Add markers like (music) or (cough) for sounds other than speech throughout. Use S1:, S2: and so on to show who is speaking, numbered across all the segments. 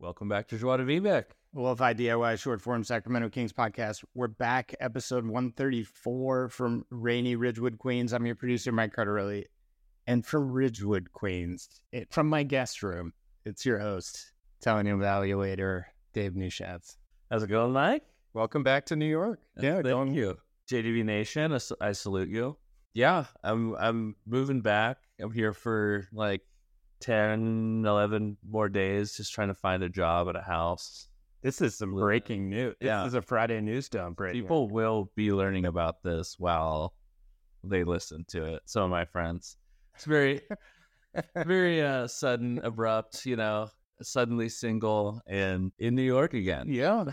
S1: Welcome back to Joie de Vivec.
S2: Well, if I DIY short form Sacramento Kings podcast, we're back, episode 134 from rainy Ridgewood, Queens. I'm your producer, Mike Carterelli. And from Ridgewood, Queens, it, from my guest room, it's your host, telling evaluator, Dave Newshatz.
S1: How's it going, Mike? Uh,
S2: Welcome back to New York.
S1: Thank you, JDV Nation. I, s- I salute you. Yeah, I'm I'm moving back. I'm here for like 10, 11 more days, just trying to find a job at a house.
S2: This is some breaking news. This
S1: Yeah.
S2: is a Friday news dump right
S1: People will be learning about this while they listen to it. Some of my friends. It's (laughs) very, very uh, sudden, abrupt. You know, suddenly single and in New York again.
S2: here. Yeah.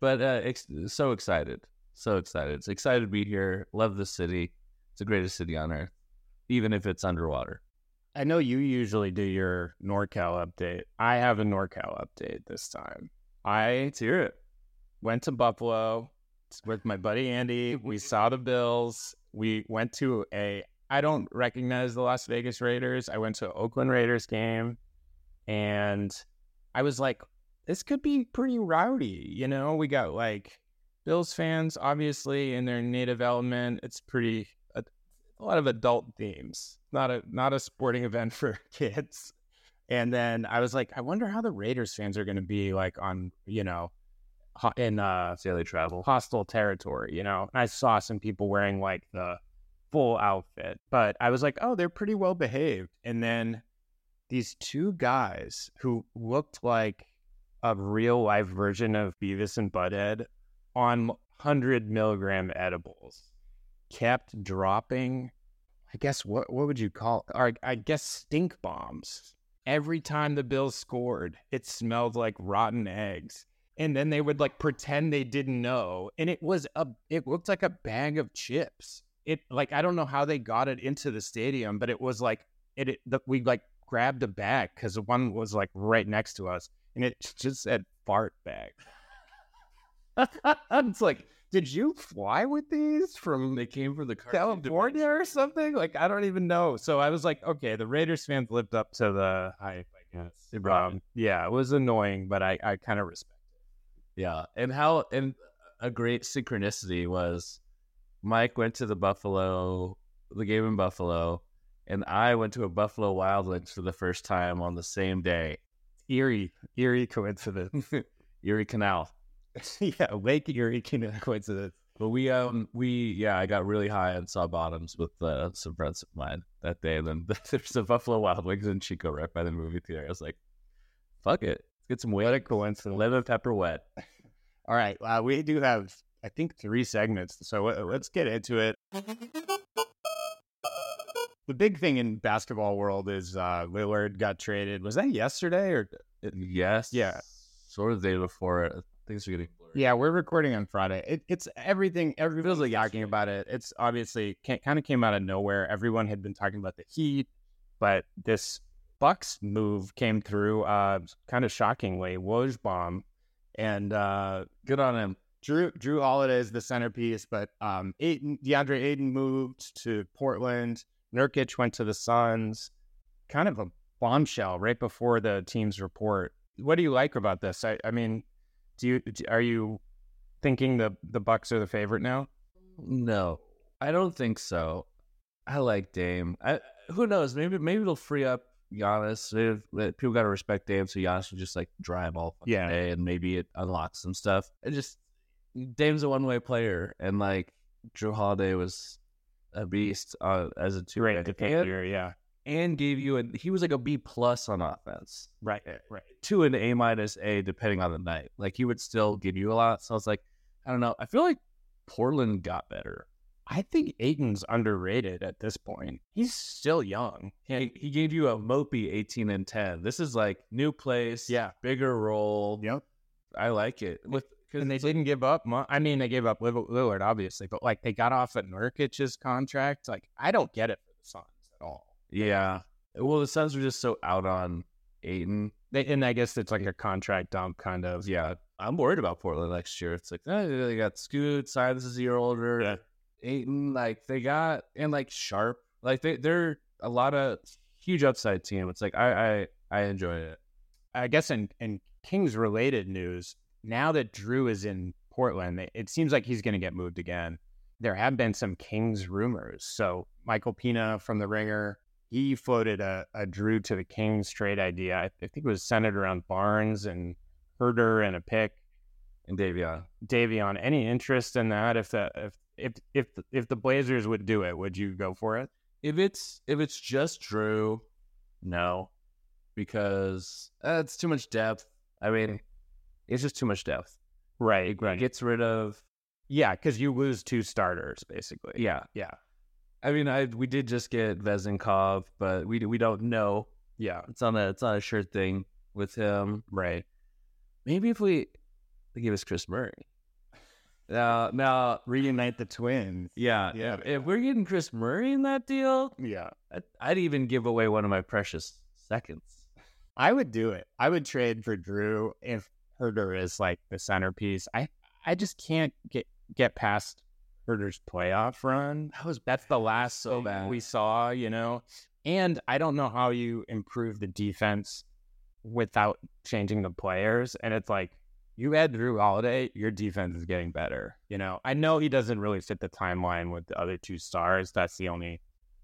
S1: but uh, ex- so excited, so excited, It's excited to be here. Love the city. It's the greatest city on earth, even if it's underwater.
S2: I know you usually do your NorCal update. I have a NorCal update this time. I
S1: hear it.
S2: went to Buffalo with my buddy Andy. We saw the Bills. We went to a I don't recognize the Las Vegas Raiders. I went to an Oakland Raiders game and I was like, this could be pretty rowdy. You know, we got like Bills fans, obviously, in their native element. It's pretty a, a lot of adult themes. Not a not a sporting event (laughs) for kids. And then I was like, I wonder how the Raiders fans are going to be like on, you know, ho- in uh
S1: That's how they travel.
S2: hostile territory, you know. And I saw some people wearing like the full outfit, but I was like, oh, they're pretty well behaved. And then these two guys who looked like a real life version of Beavis and Butthead
S1: (laughs)
S2: on 100 milligram edibles kept dropping, I guess, what, what would you call Or I guess stink bombs. Every time the Bills scored, it smelled like rotten eggs and then they would like pretend they didn't know and it was a it looked like a bag of chips it like i don't know how they got it into the stadium but it was like it, it the, we like grabbed a bag because one was like right next to us and it (laughs) just said fart bag it's like did you fly with these from
S1: They came from the cartoon
S2: california
S1: dimension.
S2: or something like i don't even know so i was like okay the raiders fans lived up to the hype i guess
S1: They brought
S2: Um, yeah it was annoying but i i kind of respect
S1: Yeah, and how and a great synchronicity was Mike went to the Buffalo, the game in Buffalo, and I went to a Buffalo Wild Wings for the first time on the same day.
S2: eerie, eerie coincidence. (laughs)
S1: Erie Canal.
S2: yeah, Lake Erie Canal coincidence.
S1: But we um we yeah, I got really high and saw bottoms with uh, some friends of mine that day. And then (laughs) there's a Buffalo Wild Wings in Chico right by the movie theater. I was like, fuck it, let's get some
S2: What a
S1: wings,
S2: coincidence.
S1: lemon pepper wet.
S2: (laughs) All right, uh, we do have, I think, three segments, so uh, let's get into it. The big thing in basketball world is uh, Lillard got traded. Was that yesterday or?
S1: Yes,
S2: Yeah.
S1: sort of the day before uh, things are getting blurred.
S2: Yeah, we're recording on Friday. It, it's everything. Everyone's like talking about it. It's obviously kind of came out of nowhere. Everyone had been talking about the Heat, but this Bucks move came through uh, kind of shockingly. Woj bomb, and uh,
S1: good on him.
S2: Drew Drew Holiday is the centerpiece, but um, Aiden, DeAndre Aiden moved to Portland. Nurkic went to the Suns. Kind of a bombshell right before the team's report. What do you like about this? I, I mean, do you d- are you thinking the the Bucks are the favorite now?
S1: No, I don't think so. I like Dame. I, who knows? Maybe maybe it'll free up Giannis. Maybe if- people got to respect Dame, so Giannis can just like drive all fucking
S2: Yeah.
S1: day, and maybe it unlocks some stuff. It just Dame's a one way player, and like Drew Holiday was a beast uh, as a two
S2: Great
S1: and,
S2: defender, yeah,
S1: and gave you a he was like a B plus on offense
S2: right, right.
S1: two and A minus A depending on the night. Like he would still give you a lot. So I was like, I don't know. I feel like Portland got better.
S2: I think Aiden's underrated at this point. He's still young.
S1: He, he gave you a mopey 18 and 10. This is like new place,
S2: Yeah.
S1: bigger role.
S2: Yep.
S1: I like it. With because
S2: And they didn't give up. Mo- I mean, they gave up Lill- Lillard, obviously, but like they got off at Nurkic's contract. Like, I don't get it for the Suns at all.
S1: yeah, well the Suns were just so out on Aiton.
S2: They, and I guess it's like a contract dump kind of.
S1: Yeah, I'm worried about Portland next year. It's like eh, they got Scoot, Silas is a year older,
S2: Yeah.
S1: Aiton. Like they got and like Sharp. Like they they're a lot of huge upside team. It's like I I I enjoy it.
S2: I guess in in Kings related news, now that Drew is in Portland, it- it seems like he's going to get moved again. There have been some Kings rumors. So Michael Pina from The Ringer, he floated a, a Drew to the Kings trade idea. I, I think it was centered around Barnes and Herder and a pick.
S1: and Davion.
S2: Davion, any interest in that? If the if if if if the Blazers would do it, would you go for it?
S1: If it's if it's just Drew, no, because uh, it's too much depth. I mean, it's just too much depth.
S2: Right,
S1: It gets rid of
S2: Yeah, because you lose two starters basically.
S1: yeah,
S2: yeah,
S1: I mean, I we did just get Vezinkov, but we we don't know.
S2: yeah.
S1: It's on a it's on a sure thing with him.
S2: Right.
S1: Maybe if we they give us Chris Murray. Now now
S2: Reunite the twins.
S1: yeah
S2: Yeah.
S1: If we're getting Chris Murray in that deal,
S2: Yeah,
S1: I'd, I'd even give away one of my precious seconds.
S2: I would do it. I would trade for Drew if Herder is like the centerpiece. I I just can't get get past Herder's playoff run.
S1: That was
S2: That's the last
S1: So
S2: thing
S1: bad.
S2: we saw, you know. And I don't know how you improve the defense without changing the players. And it's like you add Drew Holiday, your defense is getting better. You know, I know he doesn't really fit the timeline with the other two stars. That's the only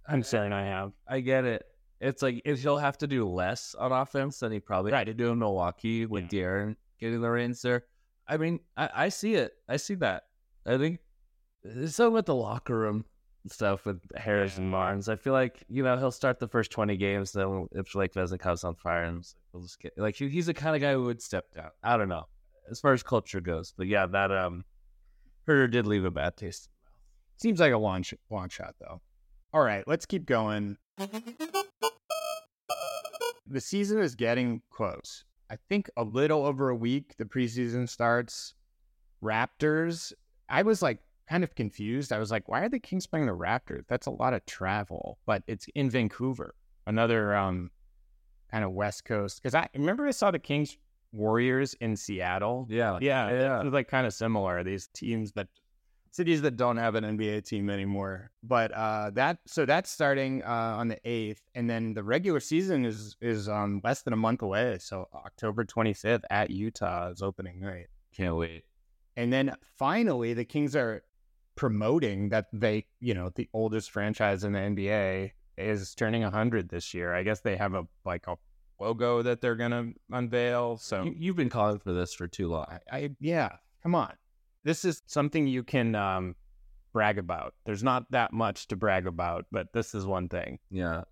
S2: concern I have.
S1: I get it. It's like if he'll have to do less on offense than he probably had to do in Milwaukee with De'Aaron getting the reins there. I mean, I, I see it. I see that. I think it's something with the locker room stuff with Harris and
S2: Yeah.
S1: Barnes. I feel like you know he'll start the first twenty games, then if like Vezinkov's on fire, and we'll just get like he, he's the kind of guy who would step down. I don't know as far as culture goes, but yeah, that um, Herder did leave a bad taste.
S2: Seems like a long, sh- long shot, though. All right, let's keep going. The season is getting close. I think a little over a week, the preseason starts. Raptors, I was like kind of confused. I was like, why are the Kings playing the Raptors? That's a lot of travel, but it's in Vancouver, another um, kind of West Coast. Because I remember I saw the Kings Warriors in Seattle.
S1: Yeah,
S2: Yeah,
S1: yeah.
S2: it's like kind of similar. These teams that cities that don't have an NBA team anymore. But uh, that so that's starting uh, on the eighth, and then the regular season is is um, less than a month away. So October twenty fifth at Utah is opening night,
S1: Can't wait.
S2: and then finally the Kings are promoting that they you know the oldest franchise in the NBA is turning hundred this year. I guess they have a like a logo that they're gonna unveil. So
S1: You, you've been calling for this for too long.
S2: I, I yeah, come on. This is something you can um, brag about. There's not that much to brag about, but this is one thing.
S1: Yeah.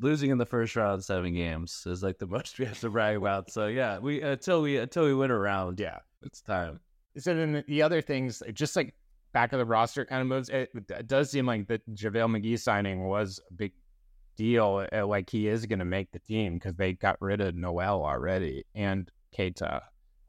S1: Losing in the first round of seven games is like the most (laughs) we have to brag about. So yeah, we until we until we win a round,
S2: Yeah.
S1: it's time.
S2: So then the- the other things, just like back of the roster kind of moves. It, it does seem like the JaVale McGee signing was a big deal. Uh, Like he is going to make the team because they got rid of Noel already and Keita,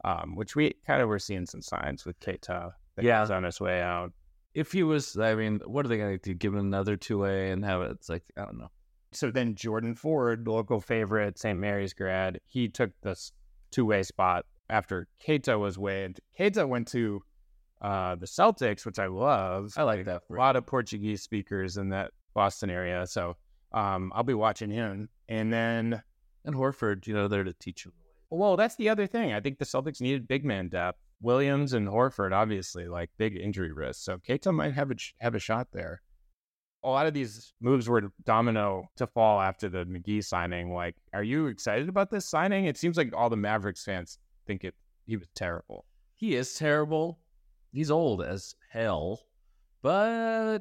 S2: um, which we kind of were seeing some signs with Keita. that
S1: Yeah.
S2: he's on his way out.
S1: If he was, I mean, what are they going to do? Give him another two way and have it? It's like I don't know.
S2: so then Jordan Ford, local favorite, St. Mary's grad, he took this two way spot after Keita was waived. Keita went to uh, the Celtics, which I love.
S1: I like that.
S2: A
S1: For
S2: lot of Portuguese speakers in that Boston area. So um, I'll be watching him. And then,
S1: And Horford, you know, there to teach him.
S2: well, that's the other thing. I think the Celtics needed big man depth. Williams and Horford, obviously, like big injury risk. So Keita might have a, have a shot there. a lot of these moves were domino to fall after the McGee signing. Like, are you excited about this signing? It seems like all the Mavericks fans think it he was terrible.
S1: He is terrible. He's old as hell, but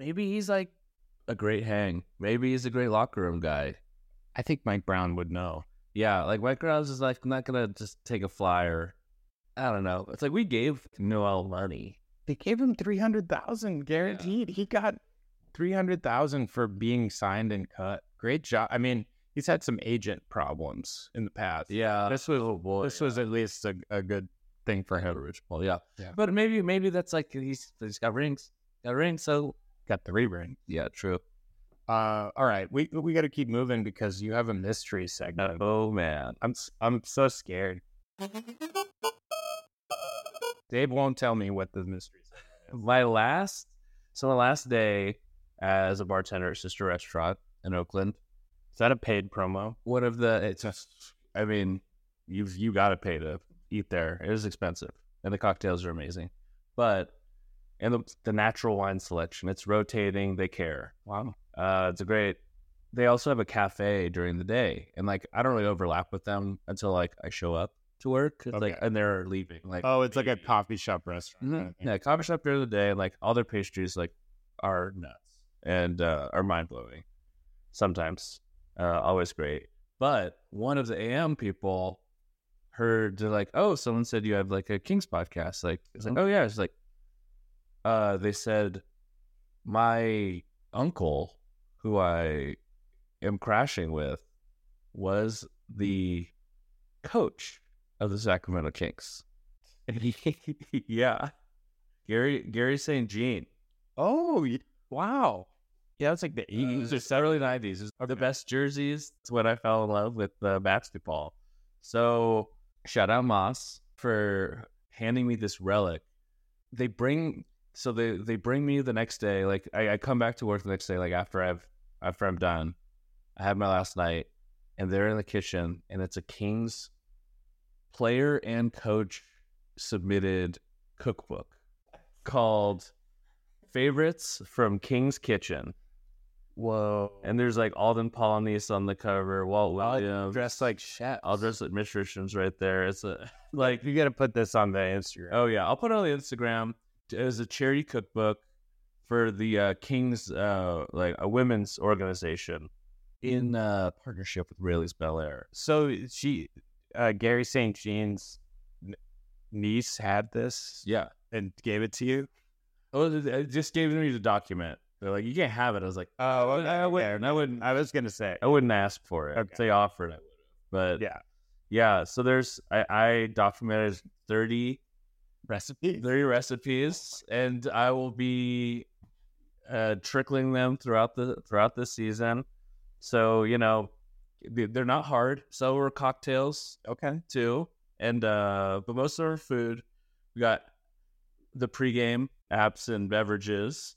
S1: maybe he's like a great hang. Maybe he's a great locker room guy.
S2: I think Mike Brown would know.
S1: Yeah, like Mike Grimes is like not gonna just take a flyer. I don't know. It's like we gave Noel money.
S2: They gave him three hundred thousand guaranteed. He got three hundred thousand for being signed and cut. Great job. I mean, he's had some agent problems in the past.
S1: Yeah, oh,
S2: This was
S1: boy,
S2: this was at least a, a good thing for him.
S1: Rich Paul. Yeah.
S2: Yeah.
S1: but maybe maybe that's like he's he's got rings, got rings. So
S2: Got the ring.
S1: yeah, true.
S2: Uh, all right, we we got to keep moving because you have a mystery segment.
S1: Oh man,
S2: I'm s- I'm so scared. Dave won't tell me what the mystery is.
S1: my last so my last day as a bartender at Sister Restaurant in Oakland.
S2: Is that a paid promo?
S1: One of the it's just I mean you've you got to pay to eat there. It is expensive, and the cocktails are amazing, but and the, the natural wine selection. It's rotating. They care.
S2: Wow.
S1: Uh, it's a great. They also have a cafe during the day, and like I don't really overlap with them until like I show up to work. It's like
S2: Okay.
S1: and they're leaving. Like
S2: Oh, it's like a
S1: maybe-
S2: coffee shop restaurant.
S1: Mhm.
S2: kind of thing.
S1: Yeah, coffee shop during the day, like all their pastries, like are nuts and uh, are mind blowing. Sometimes, uh, always great. But one of the AM people heard they're like, "Oh, someone said you have like a Kings podcast." Like, it's like, "Oh yeah," it's like, uh, they said my uncle, who I am crashing with, was the coach of the Sacramento Kings. (laughs) yeah. Gary Gary St. Jean.
S2: Oh, y- wow. Yeah, that's
S1: (laughs)
S2: like the
S1: These are
S2: 80s.
S1: early 90s. It's The
S2: Okay.
S1: best jerseys. It's when I fell in love with uh, basketball. So shout out Moss for handing me this relic. They bring so they they bring me the next day. Like I, I come back to work the next day, like after I've after I'm done. I had my last night, and they're in the kitchen, and it's a Kings player and coach submitted cookbook called Favorites from King's Kitchen.
S2: Whoa.
S1: And there's like Alden Polynice on the cover, Walt
S2: I'll
S1: Williams.
S2: dress like chefs.
S1: I'll dress like Mitch Richmond's right there. It's a (laughs) like
S2: You got to put this on the Instagram.
S1: oh yeah, I'll put it on the Instagram. It was a charity cookbook for the uh, King's uh, like a women's organization in uh, partnership with Rayleigh's Bel Air.
S2: So she, uh, Gary St. Jean's n- niece had this
S1: Yeah.
S2: and gave it to you.
S1: Oh, they- they just gave me the document. They're like, you can't have it. I was like,
S2: Oh,
S1: okay,
S2: I,
S1: okay.
S2: wouldn't, I wouldn't. I was gonna say.
S1: I wouldn't ask for it.
S2: Okay.
S1: If they offered it, but
S2: Yeah.
S1: yeah. So there's I, I documented thirty
S2: Recipe.
S1: 30 recipes and I will be uh, trickling them throughout the throughout the season. So, you know, they- they're not hard. So are cocktails
S2: Okay.
S1: too. And uh but most of our food we got the pregame apps and beverages.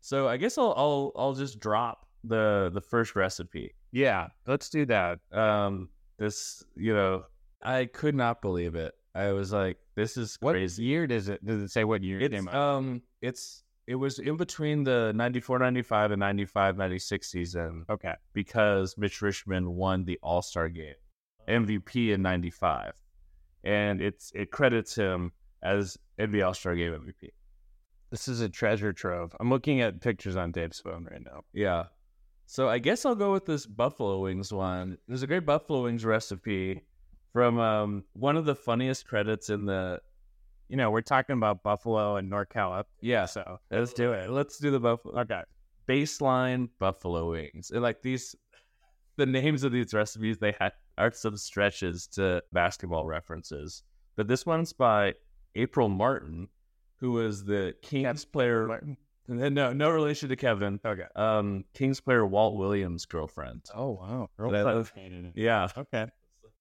S1: So I guess I'll I'll I'll just drop the the first recipe.
S2: Yeah. Let's do that.
S1: Um this, you know, I could not believe it. I was like, this is
S2: What
S1: crazy.
S2: year does it? Does it say what year it
S1: It's,
S2: came out?
S1: um, it's it was in between the 94-95 and 95-96 season
S2: okay.
S1: because Mitch Richmond won the All Star game, MVP in '95, and it's it credits him as NBA All Star game MVP.
S2: This is a treasure trove. I'm looking at pictures on Dave's phone right now.
S1: Yeah. So I guess I'll go with this buffalo wings one. There's a great buffalo wings recipe from um, one of the funniest credits in the
S2: You know, we're talking about Buffalo and NorCal up.
S1: yeah. So
S2: So
S1: let's do it. Let's do the buffalo.
S2: okay.
S1: baseline buffalo wings. And like these, the names of these recipes they had are some stretches to basketball references. But this one's by April Martin, who was the Kings player. No, no relation to Kevin.
S2: Okay.
S1: Um, Kings player Walt Williams' girlfriend.
S2: Oh wow.
S1: love- Yeah,
S2: Okay.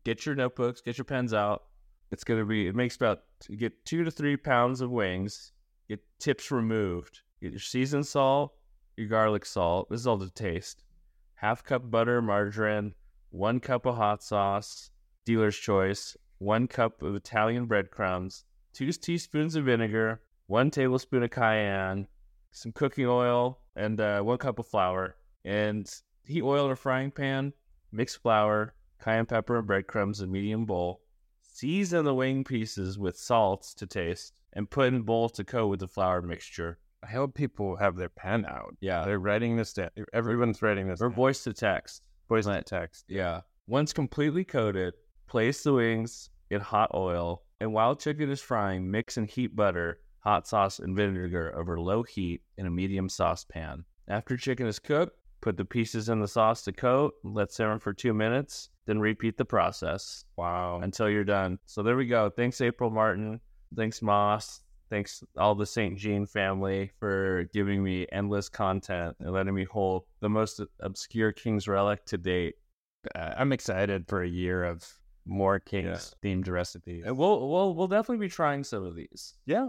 S1: get your notebooks, get your pens out. It's gonna be. It makes about you get two to three pounds of wings. Get tips removed. Get your seasoned salt, your garlic salt. This is all to taste. Half cup butter, margarine, one cup of hot sauce, dealer's choice, one cup of Italian breadcrumbs, two teaspoons of vinegar, one tablespoon of cayenne, some cooking oil, and uh, one cup of flour. And heat oil in a frying pan, mix flour, cayenne pepper, and breadcrumbs in medium bowl. Season the wing pieces with salts to taste, and put in bowl to coat with the flour mixture.
S2: I hope people have their pen out.
S1: Yeah,
S2: They're writing this down. Everyone's writing this.
S1: or
S2: down.
S1: voice to text.
S2: voice to text.
S1: Yeah. Once completely coated, place the wings in hot oil, and while chicken is frying, mix and heat butter, hot sauce, and vinegar over low heat in a medium saucepan. After chicken is cooked, put the pieces in the sauce to coat, let simmer for two minutes, then repeat the process
S2: Wow.
S1: until you're done. So there we go. Thanks, April Martin. Thanks, Moss. Thanks, all the St. Jean family, for giving me endless content and letting me hold the most obscure King's relic to date.
S2: Uh, I'm excited for a year of more Kings themed recipes.
S1: And we'll we'll we'll definitely be trying some of these
S2: yeah.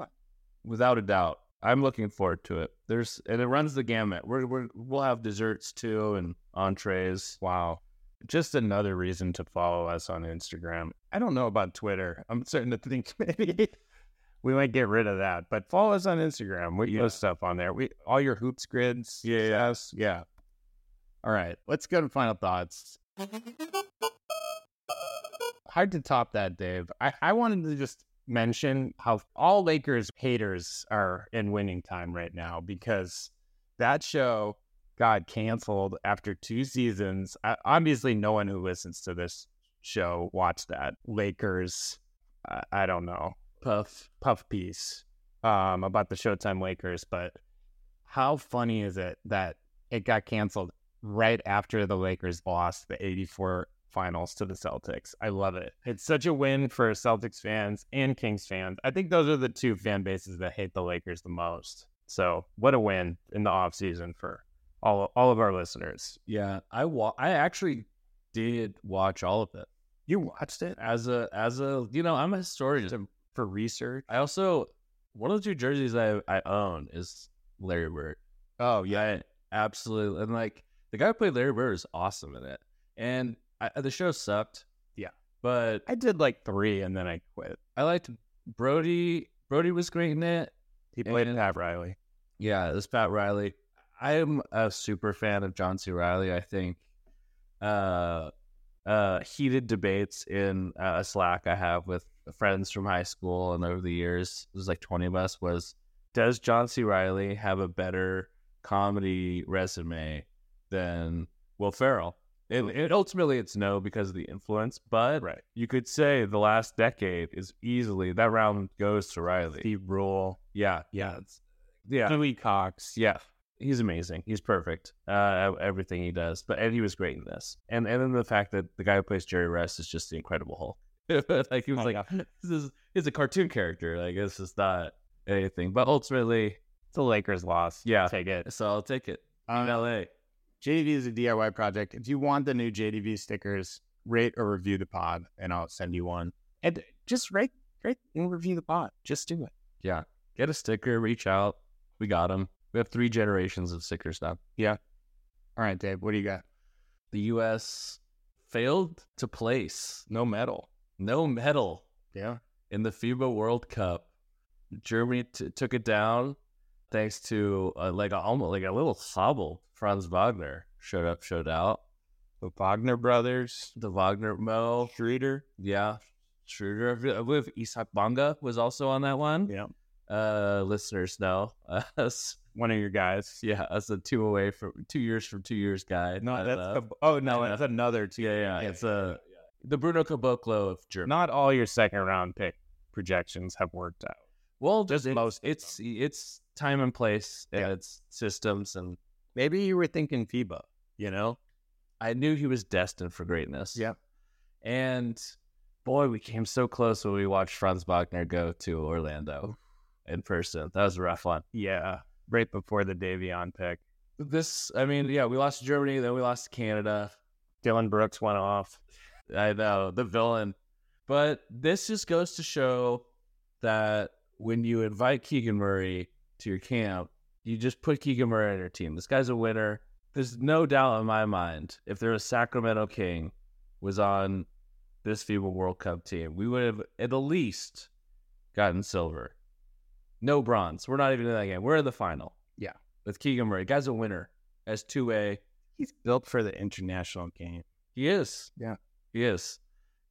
S1: without a doubt. I'm looking forward to it. There's and it runs the gamut. We're, we're we'll have desserts too and entrees.
S2: Wow. Just another reason to follow us on Instagram. I don't know about Twitter. I'm starting to think (laughs) maybe we might get rid of that. But follow us on Instagram. We
S1: Yeah.
S2: post stuff on there. We all your hoops grids.
S1: Yeah, yeah.
S2: Yes. Yeah. All right. Let's go to final thoughts. Hard to top that, Dave. I, I wanted to just mention how all Lakers haters are in winning time right now because that show got canceled after two seasons. I, obviously, no one who listens to this show watched that. Lakers, uh, I don't know,
S1: Puff.
S2: puff piece um, about the Showtime Lakers, but how funny is it that it got canceled right after the Lakers lost the 84 finals to the Celtics? I love it. It's such a win for Celtics fans and Kings fans. I think those are the two fan bases that hate the Lakers the most. So, what a win in the offseason for all, all of our listeners.
S1: Yeah, I wa- I actually did watch all of it
S2: You watched it
S1: as a as a you know I'm a historian.
S2: for research?
S1: I also one of the two jerseys I I own is Larry Bird.
S2: Oh,
S1: I absolutely and like the guy who played Larry Bird is awesome in it. And I, the show sucked.
S2: Yeah.
S1: but
S2: I did like three and then I quit.
S1: I liked Brody. Brody was great in it.
S2: He played
S1: And-
S2: Pat Riley.
S1: Yeah, this Pat Riley. I'm a super fan of John C. Riley. I think uh, uh, heated debates in uh, a Slack I have with friends from high school and over the years, there's like 20 of us, was does John C. Riley have a better comedy resume than Will Ferrell? It, it ultimately it's no because of the influence, but
S2: Right.
S1: you could say the last decade is easily that round goes to Riley.
S2: Steve Rule.
S1: yeah, yeah, it's, yeah.
S2: Louis Cox.
S1: Yeah, he's amazing. He's perfect. Uh, everything he does. But and he was great in this. And and then the fact that the guy who plays Jerry Rest is just the Incredible Hulk. (laughs) like he was
S2: Oh,
S1: like, this is he's a cartoon character. Like this is not anything. But ultimately,
S2: The Lakers lost.
S1: Yeah.
S2: Take it.
S1: so I'll take it. In
S2: Um,
S1: L.A.
S2: JDV is a DIY project. If you want the new JDV stickers, rate or review the pod and I'll send you one. And just rate, rate and review the pod. Just do it.
S1: Get a sticker. Reach out. We got him. We have three generations of stickers now.
S2: All right, Dave, what do you got?
S1: The U.S. failed to place
S2: No medal.
S1: no medal
S2: Yeah.
S1: in the FIBA World Cup. Germany t- took it down thanks to uh, like a, almost like a little hobble. Franz Wagner showed up, showed out.
S2: The Wagner brothers.
S1: The Wagner Mo,
S2: Schroeder.
S1: yeah, Schroeder. I feel- I believe Isak Bonga was also on that one.
S2: Yeah.
S1: Uh, listeners know (laughs) us.
S2: One of your guys.
S1: Yeah, us a two away from two years from two years guy.
S2: No,
S1: I
S2: that's
S1: love.
S2: the, oh no,
S1: I
S2: that's another two.
S1: yeah, yeah, It's a the Bruno Caboclo of Germany.
S2: not all your second round pick projections have worked out.
S1: well,
S2: just
S1: it's,
S2: most of
S1: It's it's time and place and
S2: Yeah.
S1: it's systems and
S2: Maybe you were thinking FIBA, you know?
S1: I knew he was destined for greatness.
S2: Yeah.
S1: And boy, we came so close when we watched Franz Wagner go to Orlando in person. That was a rough one.
S2: Yeah. Right before the Davion pick.
S1: This, I mean, yeah, we lost to Germany, then we lost to Canada.
S2: Dylan Brooks went off.
S1: I know, the villain. But this just goes to show that when you invite Keegan Murray to your camp, you just put Keegan Murray on your team. This guy's a winner. There's no doubt in my mind, if there was Sacramento King was on this FIBA World Cup team, we would have at the least gotten silver. No bronze. We're not even in that game. We're in the final.
S2: Yeah.
S1: With Keegan Murray. Guy's a winner. As two A.
S2: He's built for the international game.
S1: He is.
S2: Yeah.
S1: He is.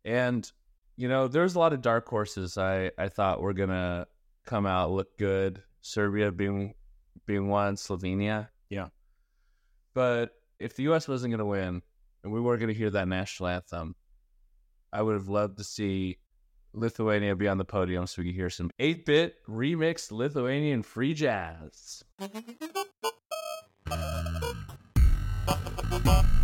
S1: And, you know, there's a lot of dark horses I, I thought were gonna come out look good. Serbia being being one, Slovenia.
S2: Yeah.
S1: But if the US wasn't gonna win and we weren't gonna hear that national anthem, I would have loved to see Lithuania be on the podium so we could hear some eight bit remixed Lithuanian free jazz.
S3: Thank you.